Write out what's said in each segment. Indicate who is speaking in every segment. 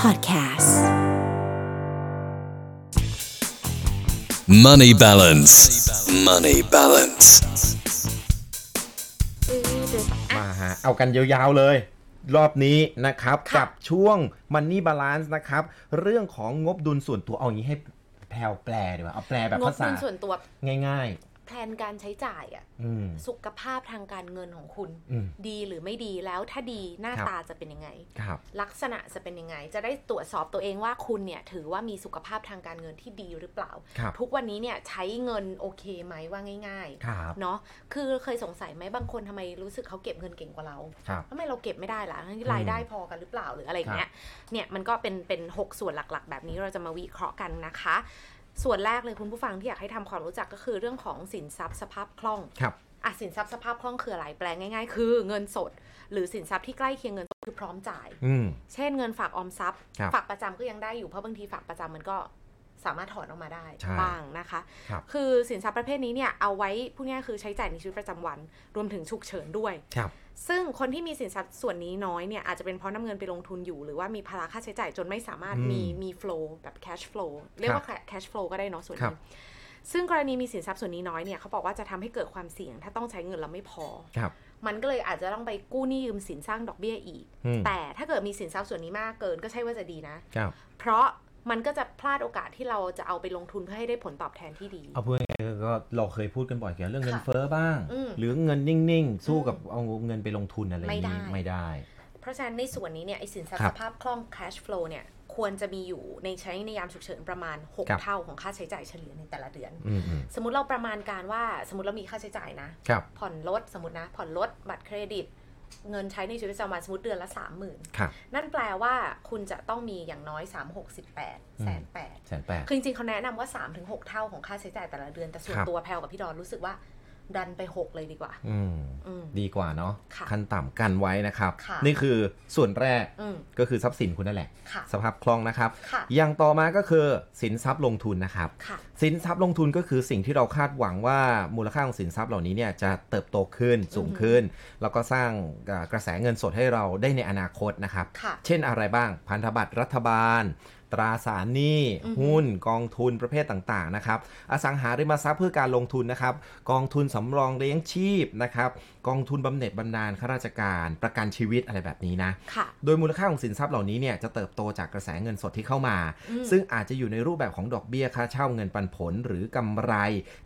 Speaker 1: Podcasts.
Speaker 2: Money balance. Money balance.
Speaker 3: มาฮะเอากันยาวๆเลย รอบนี้นะครับ กับช่วง Money Balance นะครับ เรื่องของงบดุลส่วนตัวเอาอย่างนี้ให้แพลวแปลดีกว่าเอาแปลแบบ
Speaker 4: งบ
Speaker 3: ภาษา
Speaker 4: เงินส่วนตัว
Speaker 3: ง่าย
Speaker 4: แพลนการใช้จ่ายอะ
Speaker 3: ๆ อืม
Speaker 4: สุขภาพทางการเงินของคุณ
Speaker 3: อืม
Speaker 4: ดีหรือไม่ดีแล้วถ้าดีหน้า
Speaker 3: ครับ
Speaker 4: ตาจะเป็นยังไง
Speaker 3: ครับ
Speaker 4: ลักษณะจะเป็นยังไง จะได้ตรวจสอบตัวเองว่าคุณเนี่ยถือว่ามีสุขภาพทางการเงินที่ดีหรือเปล่า
Speaker 3: ครับ
Speaker 4: ทุกวันนี้เนี่ยใช้เงินโอเคไหมว่าง่าย
Speaker 3: ครับ
Speaker 4: ๆเนาะคือเคยสงสัยไหมบางคนทำไมรู้สึกเขาเก็บเงินเก่งกว่าเรา
Speaker 3: ครับ
Speaker 4: ทำไมเราเก็บไม่ได้ล่ะทั้ง
Speaker 3: อื
Speaker 4: ที่
Speaker 3: ม
Speaker 4: รายได้พอกันหรือเปล่าหรืออะไรอย่างเงี้ยเนี่ยมันก็เป็นเป็นหกส่วนหลักๆ แบบนี้เราจะมาวิเคราะห์กันนะคะ ส่วนแรกเลยคุณผู้ฟังที่อยากให้ทำความรู้จักก็คือเรื่องของสินทรัพย์สภาพคล่อง
Speaker 3: ครับ
Speaker 4: อ่ะสินทรัพย์สภาพคล่องคืออะไรแปลง่ายๆ คือเงินสด หรือสินทรัพย์ที่ใกล้เคียงเงินสดคือพร้อมจ่าย
Speaker 3: อืม
Speaker 4: เช่นเงินฝากออมทรัพย์
Speaker 3: ครับ
Speaker 4: ฝากประจำก็ยังได้อยู่เพราะบางทีฝากประจำมันก็สามารถถอนออกมาได้
Speaker 3: ใช่
Speaker 4: บ้างนะคะ
Speaker 3: ครับ
Speaker 4: คือสินทรัพย์ประเภทนี้เนี่ยเอาไว้พูดง่ายๆคือใช้จ่ายในชีวิตประจำวัน รวมถึงฉุกเฉินด้วย
Speaker 3: ครับ
Speaker 4: ซึ่งคนที่มีสินทรัพย์ส่วนนี้น้อยเนี่ยอาจจะเป็นเพราะนำเงินไปลงทุนอยู่ หรือว่ามีภาระค่าใช้จ่ายจนไม่สามารถ
Speaker 3: อืม
Speaker 4: มีมี flow แบบ cash flow เรียกว่า cash flow ก็ได้เนาะส่วน
Speaker 3: ครั
Speaker 4: นี้
Speaker 3: บ
Speaker 4: ซึ่งกรณีมีสินทรัพย์ส่วนนี้น้อยเนี่ยเขาบอกว่าจะทำให้เกิดความเสี่ยง ถ้าต้องใช้เงินเราไม่พอ
Speaker 3: ครับ
Speaker 4: มันก็เลยอาจจะต้องไปกู้หนี้ยืมสินสร้างดอกเบี้ยอีก
Speaker 3: อืม
Speaker 4: แต่ถ้าเกิดมีสินทรัพย์ส่วนนี้มากเกินก็ใช่ว่าจะดีนะ
Speaker 3: ครับ
Speaker 4: เพราะมันก็จะพลาดโอกาสที่เราจะเอาไปลงทุนเพื่อให้ได้ผลตอบแทนที่ดี
Speaker 3: เอาพูดง่ายๆก็เราเคยพูดกันบ่อยเกี่ยวกับเรื่องเงิน
Speaker 4: ค่ะ
Speaker 3: เฟ้อบ้าง
Speaker 4: อืม
Speaker 3: หรือเงินนิ่งๆ สู้
Speaker 4: อืม
Speaker 3: กับเอาเงินไปลงทุนอะไรอย่าง
Speaker 4: ไม่
Speaker 3: นี้
Speaker 4: ได้
Speaker 3: ไม่ได้
Speaker 4: เพราะฉะนั้นในส่วนนี้เนี่ยไอสินทรัพ
Speaker 3: ครั
Speaker 4: ย์
Speaker 3: บ
Speaker 4: สภาพคล่อง cash flow เนี่ยควรจะมีอยู่ในใช้ในยามฉุกเฉินประมาณ
Speaker 3: ครั
Speaker 4: 6
Speaker 3: บ
Speaker 4: เท่าของค่าใช้จ่ายเฉลี่ยในแต่ละเดือน
Speaker 3: อืมอืม
Speaker 4: สมมติเราประมาณการว่าสมมติเรามีค่าใช้จ่ายนะ
Speaker 3: ครับ
Speaker 4: ผ่อนรถสมมตินะ ผ่อนรถบัตรเครดิต เงินใช้ในชีวิตประจำวันสมมติเดือนละ 30,000
Speaker 3: ครับ
Speaker 4: นั่นแปลว่าคุณจะต้องมีอย่างน้อย 3 6 8แสนแปด
Speaker 3: แสนแปด
Speaker 4: คือจริงๆเขาแนะนำว่า 3-6 เท่าของค่าใช้จ่ายแต่ละเดือนแต่ส่วน
Speaker 3: ครับ
Speaker 4: ตัวแพลวกับพี่ดอนรู้สึกว่า ดันไป 6 เลยดีกว่า
Speaker 3: อืม
Speaker 4: อืม
Speaker 3: ดีกว่าเนาะ
Speaker 4: ค่ะ
Speaker 3: ขั้นต่ำกันไว้นะครับ
Speaker 4: ค่ะ
Speaker 3: นี่คือส่วนแรก
Speaker 4: อืม
Speaker 3: ก็คือทรัพย์สินคุณนั่นแหละ
Speaker 4: ค่ะ
Speaker 3: สภาพคล่องนะครับ
Speaker 4: ค่ะ
Speaker 3: อย่างต่อมาก็คือสินทรัพย์ลงทุนนะครับ
Speaker 4: ค่ะ
Speaker 3: สินทรัพย์ลงทุนก็คือสิ่งที่เราคาดหวังว่ามูลค่าของสินทรัพย์เหล่านี้เนี่ยจะเติบโตขึ้นสูงขึ้น แล้วก็สร้างเอ่อกระแสเงินสดให้เราได้ในอนาคตนะครับ
Speaker 4: ค่ะ
Speaker 3: เช่นอะไรบ้าง พันธบัตรรัฐบาล ตราสารหนี้
Speaker 4: อือฮึ
Speaker 3: หุ้น กองทุนประเภทต่างๆนะครับ อสังหาริมทรัพย์เพื่อการลงทุนนะครับ กองทุนสำรองเลี้ยงชีพนะครับ กองทุนบำเหน็จบำนาญข้าราชการประกันชีวิตอะไรแบบนี้นะ
Speaker 4: ค่ะ
Speaker 3: โดยมูลค่าของสินทรัพย์เหล่านี้เนี่ยจะเติบโตจากกระแสเงินสดที่เข้ามา
Speaker 4: อืม
Speaker 3: ซึ่งอาจจะอยู่ในรูปแบบของดอกเบี้ยค่าเช่าเงินปันผล หรือกำไร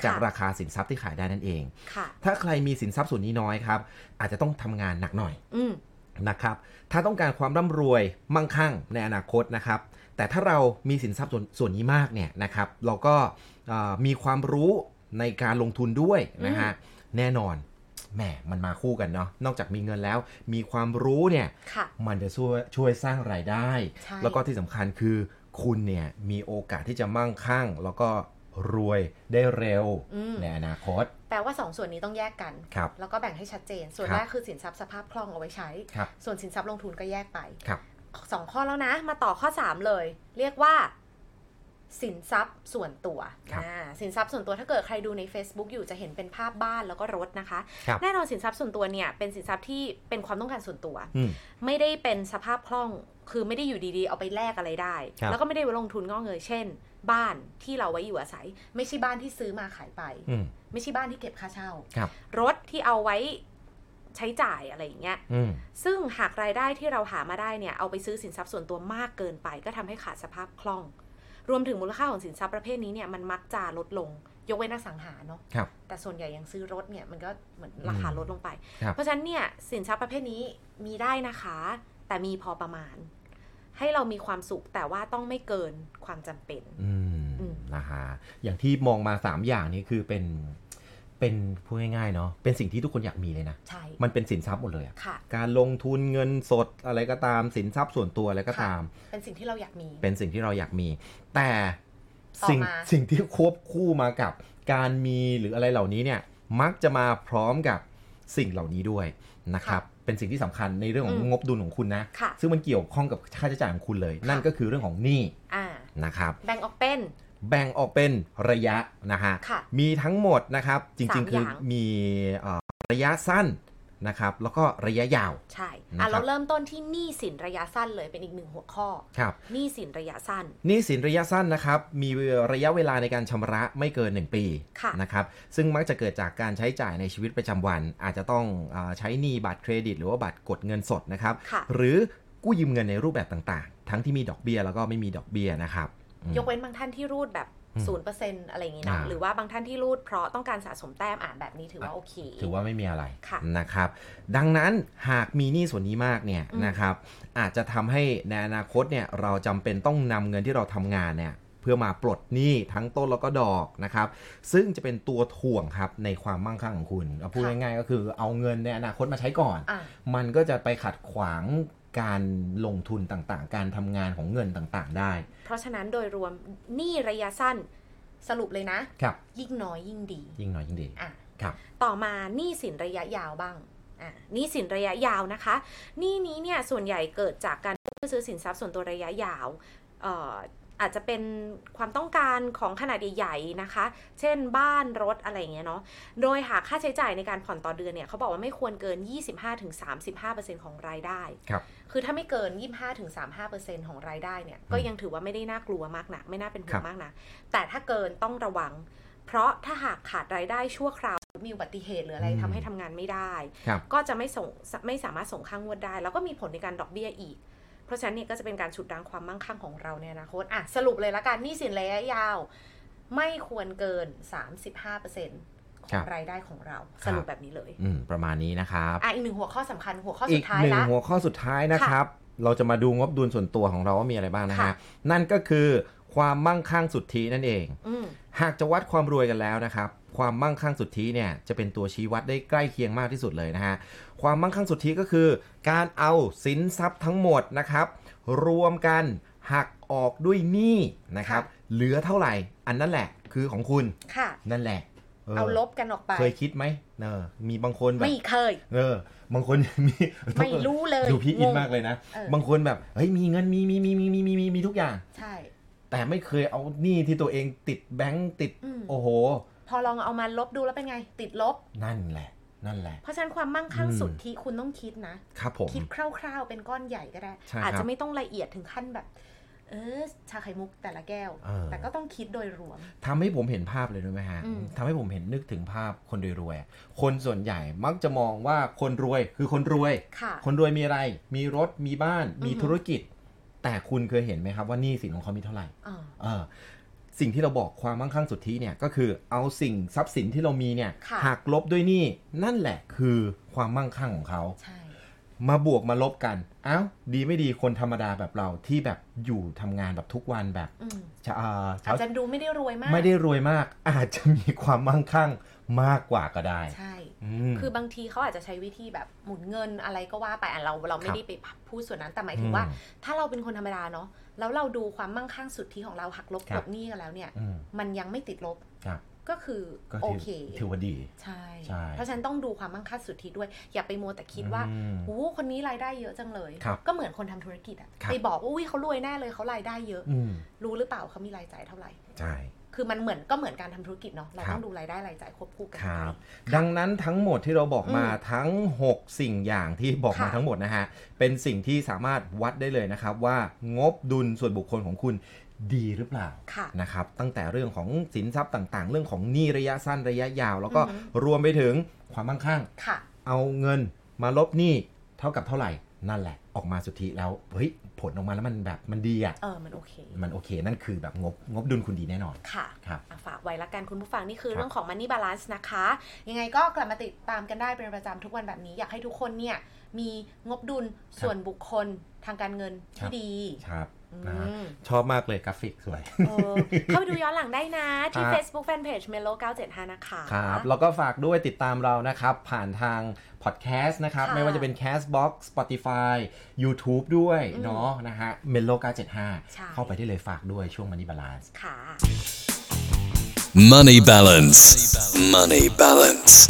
Speaker 3: จาก
Speaker 4: ค่ะ
Speaker 3: ราคาสินทรัพย์ที่ขายได้นั่นเอง
Speaker 4: ค่ะ
Speaker 3: ถ้าใครมีสินทรัพย์ส่วนนี้น้อยครับอาจจะต้องทำงานหนักหน่อย
Speaker 4: อืม
Speaker 3: นะครับ ถ้าต้องการความร่ำรวยมั่งคั่งในอนาคตนะครับ แต่ถ้าเรามีสินทรัพย์ส่วนส่วนนี้มากเนี่ยนะครับ เราก็เอ่อมีความรู้ในการลงทุนด้วยนะฮะ แน่นอน แหม มันมาคู่กันเนาะ นอกจากมีเงินแล้ว มีความรู้เนี่ย
Speaker 4: ค่ะ
Speaker 3: มันจะช่วยช่วยสร้างรายได้
Speaker 4: ใช่
Speaker 3: แล้วก็ที่สำคัญคือคุณเนี่ยมีโอกาสที่จะมั่งคั่ง แล้วก็รวยได้เร็ว
Speaker 4: อืม
Speaker 3: ในอนาคต
Speaker 4: แปลว่า 2 ส่วนนี้ต้องแยกกัน
Speaker 3: ครับ
Speaker 4: แล้วก็แบ่งให้ชัดเจน ส่วน
Speaker 3: ครับ
Speaker 4: แรกคือสินทรัพย์สภาพคล่องเอาไว้ใช้
Speaker 3: ครับ
Speaker 4: ส่วนสินทรัพย์ลงทุนก็แยกไป
Speaker 3: ครับ
Speaker 4: 2 ข้อแล้วนะ มาต่อข้อ 3 เลย เรียกว่า สินทรัพย์ส่วนตัว
Speaker 3: ครับ
Speaker 4: อ่าสินทรัพย์ส่วนตัวถ้าเกิดใครดูใน Facebook อยู่จะเห็นเป็นภาพบ้านแล้วก็รถนะคะ
Speaker 3: ครับ
Speaker 4: แน่นอนสินทรัพย์ส่วนตัวเนี่ยเป็นสินทรัพย์ที่เป็นความต้องการส่วนตัว
Speaker 3: อืม
Speaker 4: ไม่ได้เป็นสภาพคล่อง คือไม่ได้อยู่ดีๆ เอาไปแลกอะไรได้
Speaker 3: ครับ
Speaker 4: แล้วก็ไม่ได้ไว้ลงทุนงอกเงย เช่น บ้านที่เราไว้อยู่อาศัย ไม่ใช่บ้านที่ซื้อมาขายไป
Speaker 3: อืม
Speaker 4: ไม่ใช่บ้านที่เก็บค่าเช่า
Speaker 3: ครับ
Speaker 4: รถที่เอาไว้ใช้จ่ายอะไรอย่างเงี้ย
Speaker 3: อืม
Speaker 4: ซึ่งหากรายได้ที่เราหามาได้เนี่ย เอาไปซื้อสินทรัพย์ส่วนตัวมากเกินไป ก็ทำให้ขาดสภาพคล่อง รวมถึงมูลค่าของสินทรัพย์ประเภทนี้เนี่ยมันมักจะลดลง ยกเว้นอสังหาเนาะ
Speaker 3: ครับ
Speaker 4: แต่ส่วนใหญ่ยังซื้อรถเนี่ยมันก็เหมือนราคาลดลงไป
Speaker 3: ครับ
Speaker 4: เพราะฉะนั้นเนี่ยสินทรัพย์ประเภทนี้มีได้นะคะ แต่มีพอประมาณ ให้เรามีความสุขแต่ว่าต้องไม่เกินความจำเป็น
Speaker 3: อืม
Speaker 4: อืม
Speaker 3: นะฮะอย่างที่มองมา 3 อย่างนี้คือเป็นเป็นพูดง่ายๆเนาะเป็นสิ่งที่ทุกคนอยากมีเลยนะ
Speaker 4: ใช่
Speaker 3: มันเป็นสินทรัพย์หมดเลยอะ
Speaker 4: ค่ะ
Speaker 3: การลงทุนเงินสดอะไรก็ตามสินทรัพย์ส่วนตัวอะไรก็ตาม
Speaker 4: เป็นสิ่งที่เราอยากมี
Speaker 3: เป็นสิ่งที่เราอยากมี แต่
Speaker 4: ต่อ
Speaker 3: สิ่ง
Speaker 4: มา
Speaker 3: สิ่งที่ควบคู่มากับการมีหรืออะไรเหล่านี้เนี่ยมักจะมาพร้อมกับสิ่งเหล่านี้ด้วยนะครับเป็นสิ่งที่สำคัญในเรื่องของงบดุลของคุณนะ
Speaker 4: ค่ะ
Speaker 3: ซึ่งมันเกี่ยวข้องกับค่าใช้จ่ายของคุณเลย นั่นก็คือเรื่องของหนี้
Speaker 4: อ่า
Speaker 3: นะครับ
Speaker 4: แบ่งออกเป็น
Speaker 3: แบ่งออกเป็นระยะนะฮะ
Speaker 4: ค่ะ
Speaker 3: มีทั้งหมดนะครับ จ
Speaker 4: สา
Speaker 3: ริง
Speaker 4: ม
Speaker 3: ๆ คืออย่าง มีเอ่อระยะสั้น นะครับแล้วก็ระยะยาว
Speaker 4: ใช่
Speaker 3: นะครั
Speaker 4: อ่ะ
Speaker 3: บ
Speaker 4: เราเริ่มต้นที่หนี้สินระยะสั้นเลยเป็นอีกหนึ่งหัวข้อ
Speaker 3: ครับ
Speaker 4: หนี้สินระยะสั้น
Speaker 3: หนี้สินระยะสั้นนะครับมีระยะเวลาในการชำระไม่เกิน 1 ปี
Speaker 4: ค่ะ
Speaker 3: นะครับซึ่งมักจะเกิดจากการใช้จ่ายในชีวิตประจำวัน อาจจะต้องอาใช้หนี้บัตรเครดิต หรือว่าบัตรกดเงินสดนะครับ
Speaker 4: ค่ะ
Speaker 3: หรือกู้ยืมเงินในรูปแบบต่างๆ ทั้งที่มีดอกเบี้ยแล้วก็ไม่มีดอกเบี้ยนะครับอืม
Speaker 4: ยกเว้นบางท่านที่รูดแบบ
Speaker 3: อืม
Speaker 4: ศูนย์เปอร์เซ็นต์อะไรอย่างนี้เนาะ
Speaker 3: อ่า
Speaker 4: หรือว่าบางท่านที่รูดเพราะต้องการสะสมแต้มอ่านแบบนี้ถือว่าโอเค
Speaker 3: ถือว่าไม่มีอะไร
Speaker 4: ค่ะ
Speaker 3: นะครับ ดังนั้นหากมีหนี้ส่วนนี้มากเนี่ย
Speaker 4: อืม
Speaker 3: นะครับ อาจจะทำให้ในอนาคตเนี่ยเราจำเป็นต้องนำเงินที่เราทำงานเนี่ยเพื่อมาปลดหนี้ทั้งต้นแล้วก็ดอกนะครับ ซึ่งจะเป็นตัวถ่วงครับในความมั่งคั่งของคุณเอาพูดง่ายๆก็คือเอาเงินในอนาคตมาใช้ก่อน
Speaker 4: อ่ะ
Speaker 3: มันก็จะไปขัดขวางการลงทุนต่างๆ การทำงานของเงินต่างๆได้
Speaker 4: เพราะฉะนั้นโดยรวมหนี้ระยะสั้นสรุปเลยนะ
Speaker 3: ครับ
Speaker 4: ยิ่งน้อยยิ่งดี
Speaker 3: ยิ่งน้อยยิ่งดี
Speaker 4: อ่ะ
Speaker 3: ครับ
Speaker 4: ต่อมาหนี้สินระยะยาวบ้างอ่ะหนี้สินระยะยาวนะคะหนี้นี้เนี่ยส่วนใหญ่เกิดจากการเพื่อซื้อสินทรัพย์ส่วนตัวระยะยาวเอ่ออาจจะเป็นความต้องการของขนาดใหญ่ๆนะคะ เช่นบ้านรถอะไรอย่างเงี้ยเนาะโดยหากค่าใช้จ่ายในการผ่อนต่อเดือนเนี่ยเขาบอกว่าไม่ควรเกิน 25-35%ของรายได้
Speaker 3: ครับ
Speaker 4: คือถ้าไม่เกิน 25-35%ของรายได้เนี่ย ก็ยังถือว่าไม่ได้น่ากลัวมากนัก ไม่น่าเป็นห่
Speaker 3: ครั
Speaker 4: วง
Speaker 3: บ
Speaker 4: มากนัก แต่ถ้าเกินต้องระวัง เพราะถ้าหากขาดรายได้ชั่วคราว มีอุบัติเหตุหรืออะไรทำให้ทำงานไม่ได้
Speaker 3: ครับ
Speaker 4: ก็จะไม่ส่งไม่สามารถส่งค่างวดได้ แล้วก็มีผลในการดอกเบี้ยอีก เพราะฉะนั้นเนี่ยก็จะเป็นการฉุดรั้งความมั่งคั่งของเราในอนาคตอ่ะสรุปเลยละกันหนี้สินระยะยาว ไม่ควรเกิน 35%ข
Speaker 3: ครั
Speaker 4: อง
Speaker 3: บ
Speaker 4: รายได้ของเรา
Speaker 3: ครับ
Speaker 4: สรุปแบบนี้เลย
Speaker 3: อืมประมาณนี้นะครับ
Speaker 4: อ่ะอีกหนึ่งหัวข้อสำคัญหัวข้อ
Speaker 3: อี
Speaker 4: สุ
Speaker 3: ก
Speaker 4: ดท้าย
Speaker 3: หนึ่ง
Speaker 4: ละ
Speaker 3: หัวข้อสุดท้ายนะครับ เราจะมาดูงบดุลส่วนตัวของเราว่ามีอะไรบ้างนะฮะ
Speaker 4: ค่ะ
Speaker 3: นั่นก็คือความมั่งคั่งสุทธินั่นเอง
Speaker 4: อืม
Speaker 3: หากจะวัดความรวยกันแล้วนะครับ ความมั่งคั่งสุทธิเนี่ยจะเป็นตัวชี้วัดได้ใกล้เคียงมากที่สุดเลยนะฮะความมั่งคั่งสุทธิก็คือ การเอาสินทรัพย์ทั้งหมดนะครับ รวมกันหักออกด้วยหนี้นะครับ เหลือเท่าไหร่ อันนั่นแหละคือของคุณ
Speaker 4: ค่ะ
Speaker 3: นั่นแหละ
Speaker 4: เอาลบกันออกไป
Speaker 3: เคยคิดไหมเออมีบางคนแบบ
Speaker 4: ไม่เคย
Speaker 3: เออบางคน มี
Speaker 4: ไม่รู้เลย
Speaker 3: ดูพี่อิน
Speaker 4: งง
Speaker 3: มากเลยนะ
Speaker 4: เออ
Speaker 3: บางคนแบบเฮ้ยมีเงินมีมีมีมีมีมีมีมีทุกอย่าง
Speaker 4: ใช่
Speaker 3: แต่ไม่เคยเอาหนี้ที่ตัวเองติดแบงก์ติด
Speaker 4: อืม
Speaker 3: โอ้โห
Speaker 4: พอลองเอามาลบดูแล้วเป็นไง ติดลบ
Speaker 3: นั่นแหละ นั่นแหละ
Speaker 4: เพราะฉะนั้นความมั่งคั่ง
Speaker 3: อืม
Speaker 4: สุดที่คุณต้องคิดนะ
Speaker 3: ครับผม
Speaker 4: คิดคร่าวๆ เป็นก้อนใหญ่ก็ได้
Speaker 3: ใช่ครับ
Speaker 4: อาจจะไม่ต้องละเอียดถึงขั้นแบบ เออ ชาไข่มุกแต่ละแก้ว
Speaker 3: เออ
Speaker 4: แต่ก็ต้องคิดโดยรวม
Speaker 3: ทำให้ผมเห็นภาพเลยรู้ไหมฮะ
Speaker 4: อืม
Speaker 3: ทำให้ผมเห็นนึกถึงภาพคนรวยๆอะคนส่วนใหญ่มักจะมองว่าคนรวยคือคนรวย
Speaker 4: ค่ะ
Speaker 3: คนรวยมีอะไร มีรถมีบ้าน มี
Speaker 4: อือหือ
Speaker 3: ธุรกิจ แต่คุณเคยเห็นไหมครับว่าหนี้สินของเขามีเท่าไหร่
Speaker 4: อ่า
Speaker 3: เอ่อสิ่งที่เราบอกความมั่งคั่งสุทธิเนี่ยก็คือเอาสิ่งทรัพย์สินที่เรามีเนี่ย
Speaker 4: ค่ะ
Speaker 3: หักลบด้วยหนี้นั่นแหละคือความมั่งคั่งของเขา
Speaker 4: ใช่
Speaker 3: มาบวกมาลบกันเอ้าดีไม่ดีคนธรรมดาแบบเราที่แบบอยู่ทำงานแบบทุกวันแบบ
Speaker 4: อืม
Speaker 3: เช้าเอ่อ
Speaker 4: อาจ
Speaker 3: เช้า
Speaker 4: จะดูไม่ได้รวยมาก
Speaker 3: ไม่ได้รวยมาก อาจจะมีความมั่งคั่งมากกว่าก็ได้
Speaker 4: ใช่
Speaker 3: อืม
Speaker 4: คือบางทีเขาอาจจะใช้วิธีแบบหมุนเงินอะไรก็ว่าไปอ่ะเราเราไม่ได้ไปพูดส่วนนั้นแต่หมายถึงว่า
Speaker 3: อืม
Speaker 4: ถ้าเราเป็นคนธรรมดาเนาะแล้วเราดูความมั่งคั่งสุดที่ของเราหักลบ
Speaker 3: ครั
Speaker 4: ก
Speaker 3: บ
Speaker 4: บหนี้กันแล้วเนี่ย
Speaker 3: อืม
Speaker 4: มันยังไม่ติดลบ
Speaker 3: ครับ
Speaker 4: ก็คือ
Speaker 3: ก็
Speaker 4: โอ
Speaker 3: ถือ
Speaker 4: เค
Speaker 3: ถือว่าดี
Speaker 4: ใช่
Speaker 3: ใช่
Speaker 4: เพราะฉะนันต้องดูความมั่งคั่งสุทธิด้วย อย่าไปมัวแต่คิดว่า
Speaker 3: อืม
Speaker 4: โอ้คนนี้รายได้เยอะจังเลย
Speaker 3: ครับ
Speaker 4: ก็เหมือนคนทำธุรกิจอะ
Speaker 3: ครับ
Speaker 4: ไปบอกว่าอุ้ยเขารวยแน่เลยเขารายได้เยอะ
Speaker 3: อืม
Speaker 4: รู้หรือเปล่าเขามีรายจ่ายเท่าไหร่
Speaker 3: ใช่
Speaker 4: คือมันเหมือนก็เหมือนการทำธุรกิจเนาะเรา
Speaker 3: ครั
Speaker 4: ต้อบ งดูรายได้รายจ่ายควบคู่กัน
Speaker 3: ค
Speaker 4: ไป
Speaker 3: รับ ดังนั้นทั้งหมดที่เราบอกมา
Speaker 4: อืม
Speaker 3: ทั้ง 6 สิ่งอย่างที่บอกมา
Speaker 4: ค่ะ
Speaker 3: ทั้งหมดนะฮะ เป็นสิ่งที่สามารถวัดได้เลยนะครับ ว่างบดุลส่วนบุคคลของคุณดีหรือเปล่า
Speaker 4: ค่ะ
Speaker 3: นะครับ ตั้งแต่เรื่องของสินทรัพย์ต่างๆ เรื่องของหนี้ระยะสั้นระยะยาว แล้วก็
Speaker 4: อือหือ
Speaker 3: รวมไปถึงความมั่งคั่ง
Speaker 4: ค่ะ
Speaker 3: เอาเงินมาลบหนี้เท่ากับเท่าไหร่ นั่นแหละออกมาสุทธิแล้วเฮ้ยผลออกมาแล้วมันแบบมันดีอ่ะ
Speaker 4: เออมันโอเค
Speaker 3: มันโอเค นั่นคือแบบงบงบดุลคุณดีแน่นอน
Speaker 4: ค่ะ
Speaker 3: ครับ
Speaker 4: อ่ะฝากไว้ละกันคุณผู้ฟังนี่คือ
Speaker 3: ครับ
Speaker 4: เรื่องของ Money Balance นะคะ ยังไงก็กลับมาติดตามกันได้เป็นประจำทุกวันแบบนี้ อยากให้ทุกคนเนี่ย มีงบดุลส่วนบุคคลทางการเงิน
Speaker 3: ครั
Speaker 4: ที่
Speaker 3: บ
Speaker 4: ดี
Speaker 3: ครับ
Speaker 4: อื
Speaker 3: นะฮะ
Speaker 4: ม
Speaker 3: ชอบมากเลยกราฟิกสวย
Speaker 4: เออเข้าไปดูย้อนหลังได้นะที่
Speaker 3: ครับ
Speaker 4: Facebook Fanpage Melo 975 นะคะ
Speaker 3: ครับแล้วก็ฝากด้วยติดตามเรานะครับ ผ่านทางพอดแคสต์นะครับ
Speaker 4: ค่ะ
Speaker 3: ไม่ว่าจะเป็น Castbox Spotify YouTube ด้วย
Speaker 4: อืม
Speaker 3: เนาะนะฮะ Melo
Speaker 4: ใช่
Speaker 3: 975 เข้าไปได้เลยฝากด้วยช่วง Money Balance
Speaker 4: ค่ะ
Speaker 2: Money balance. Money balance.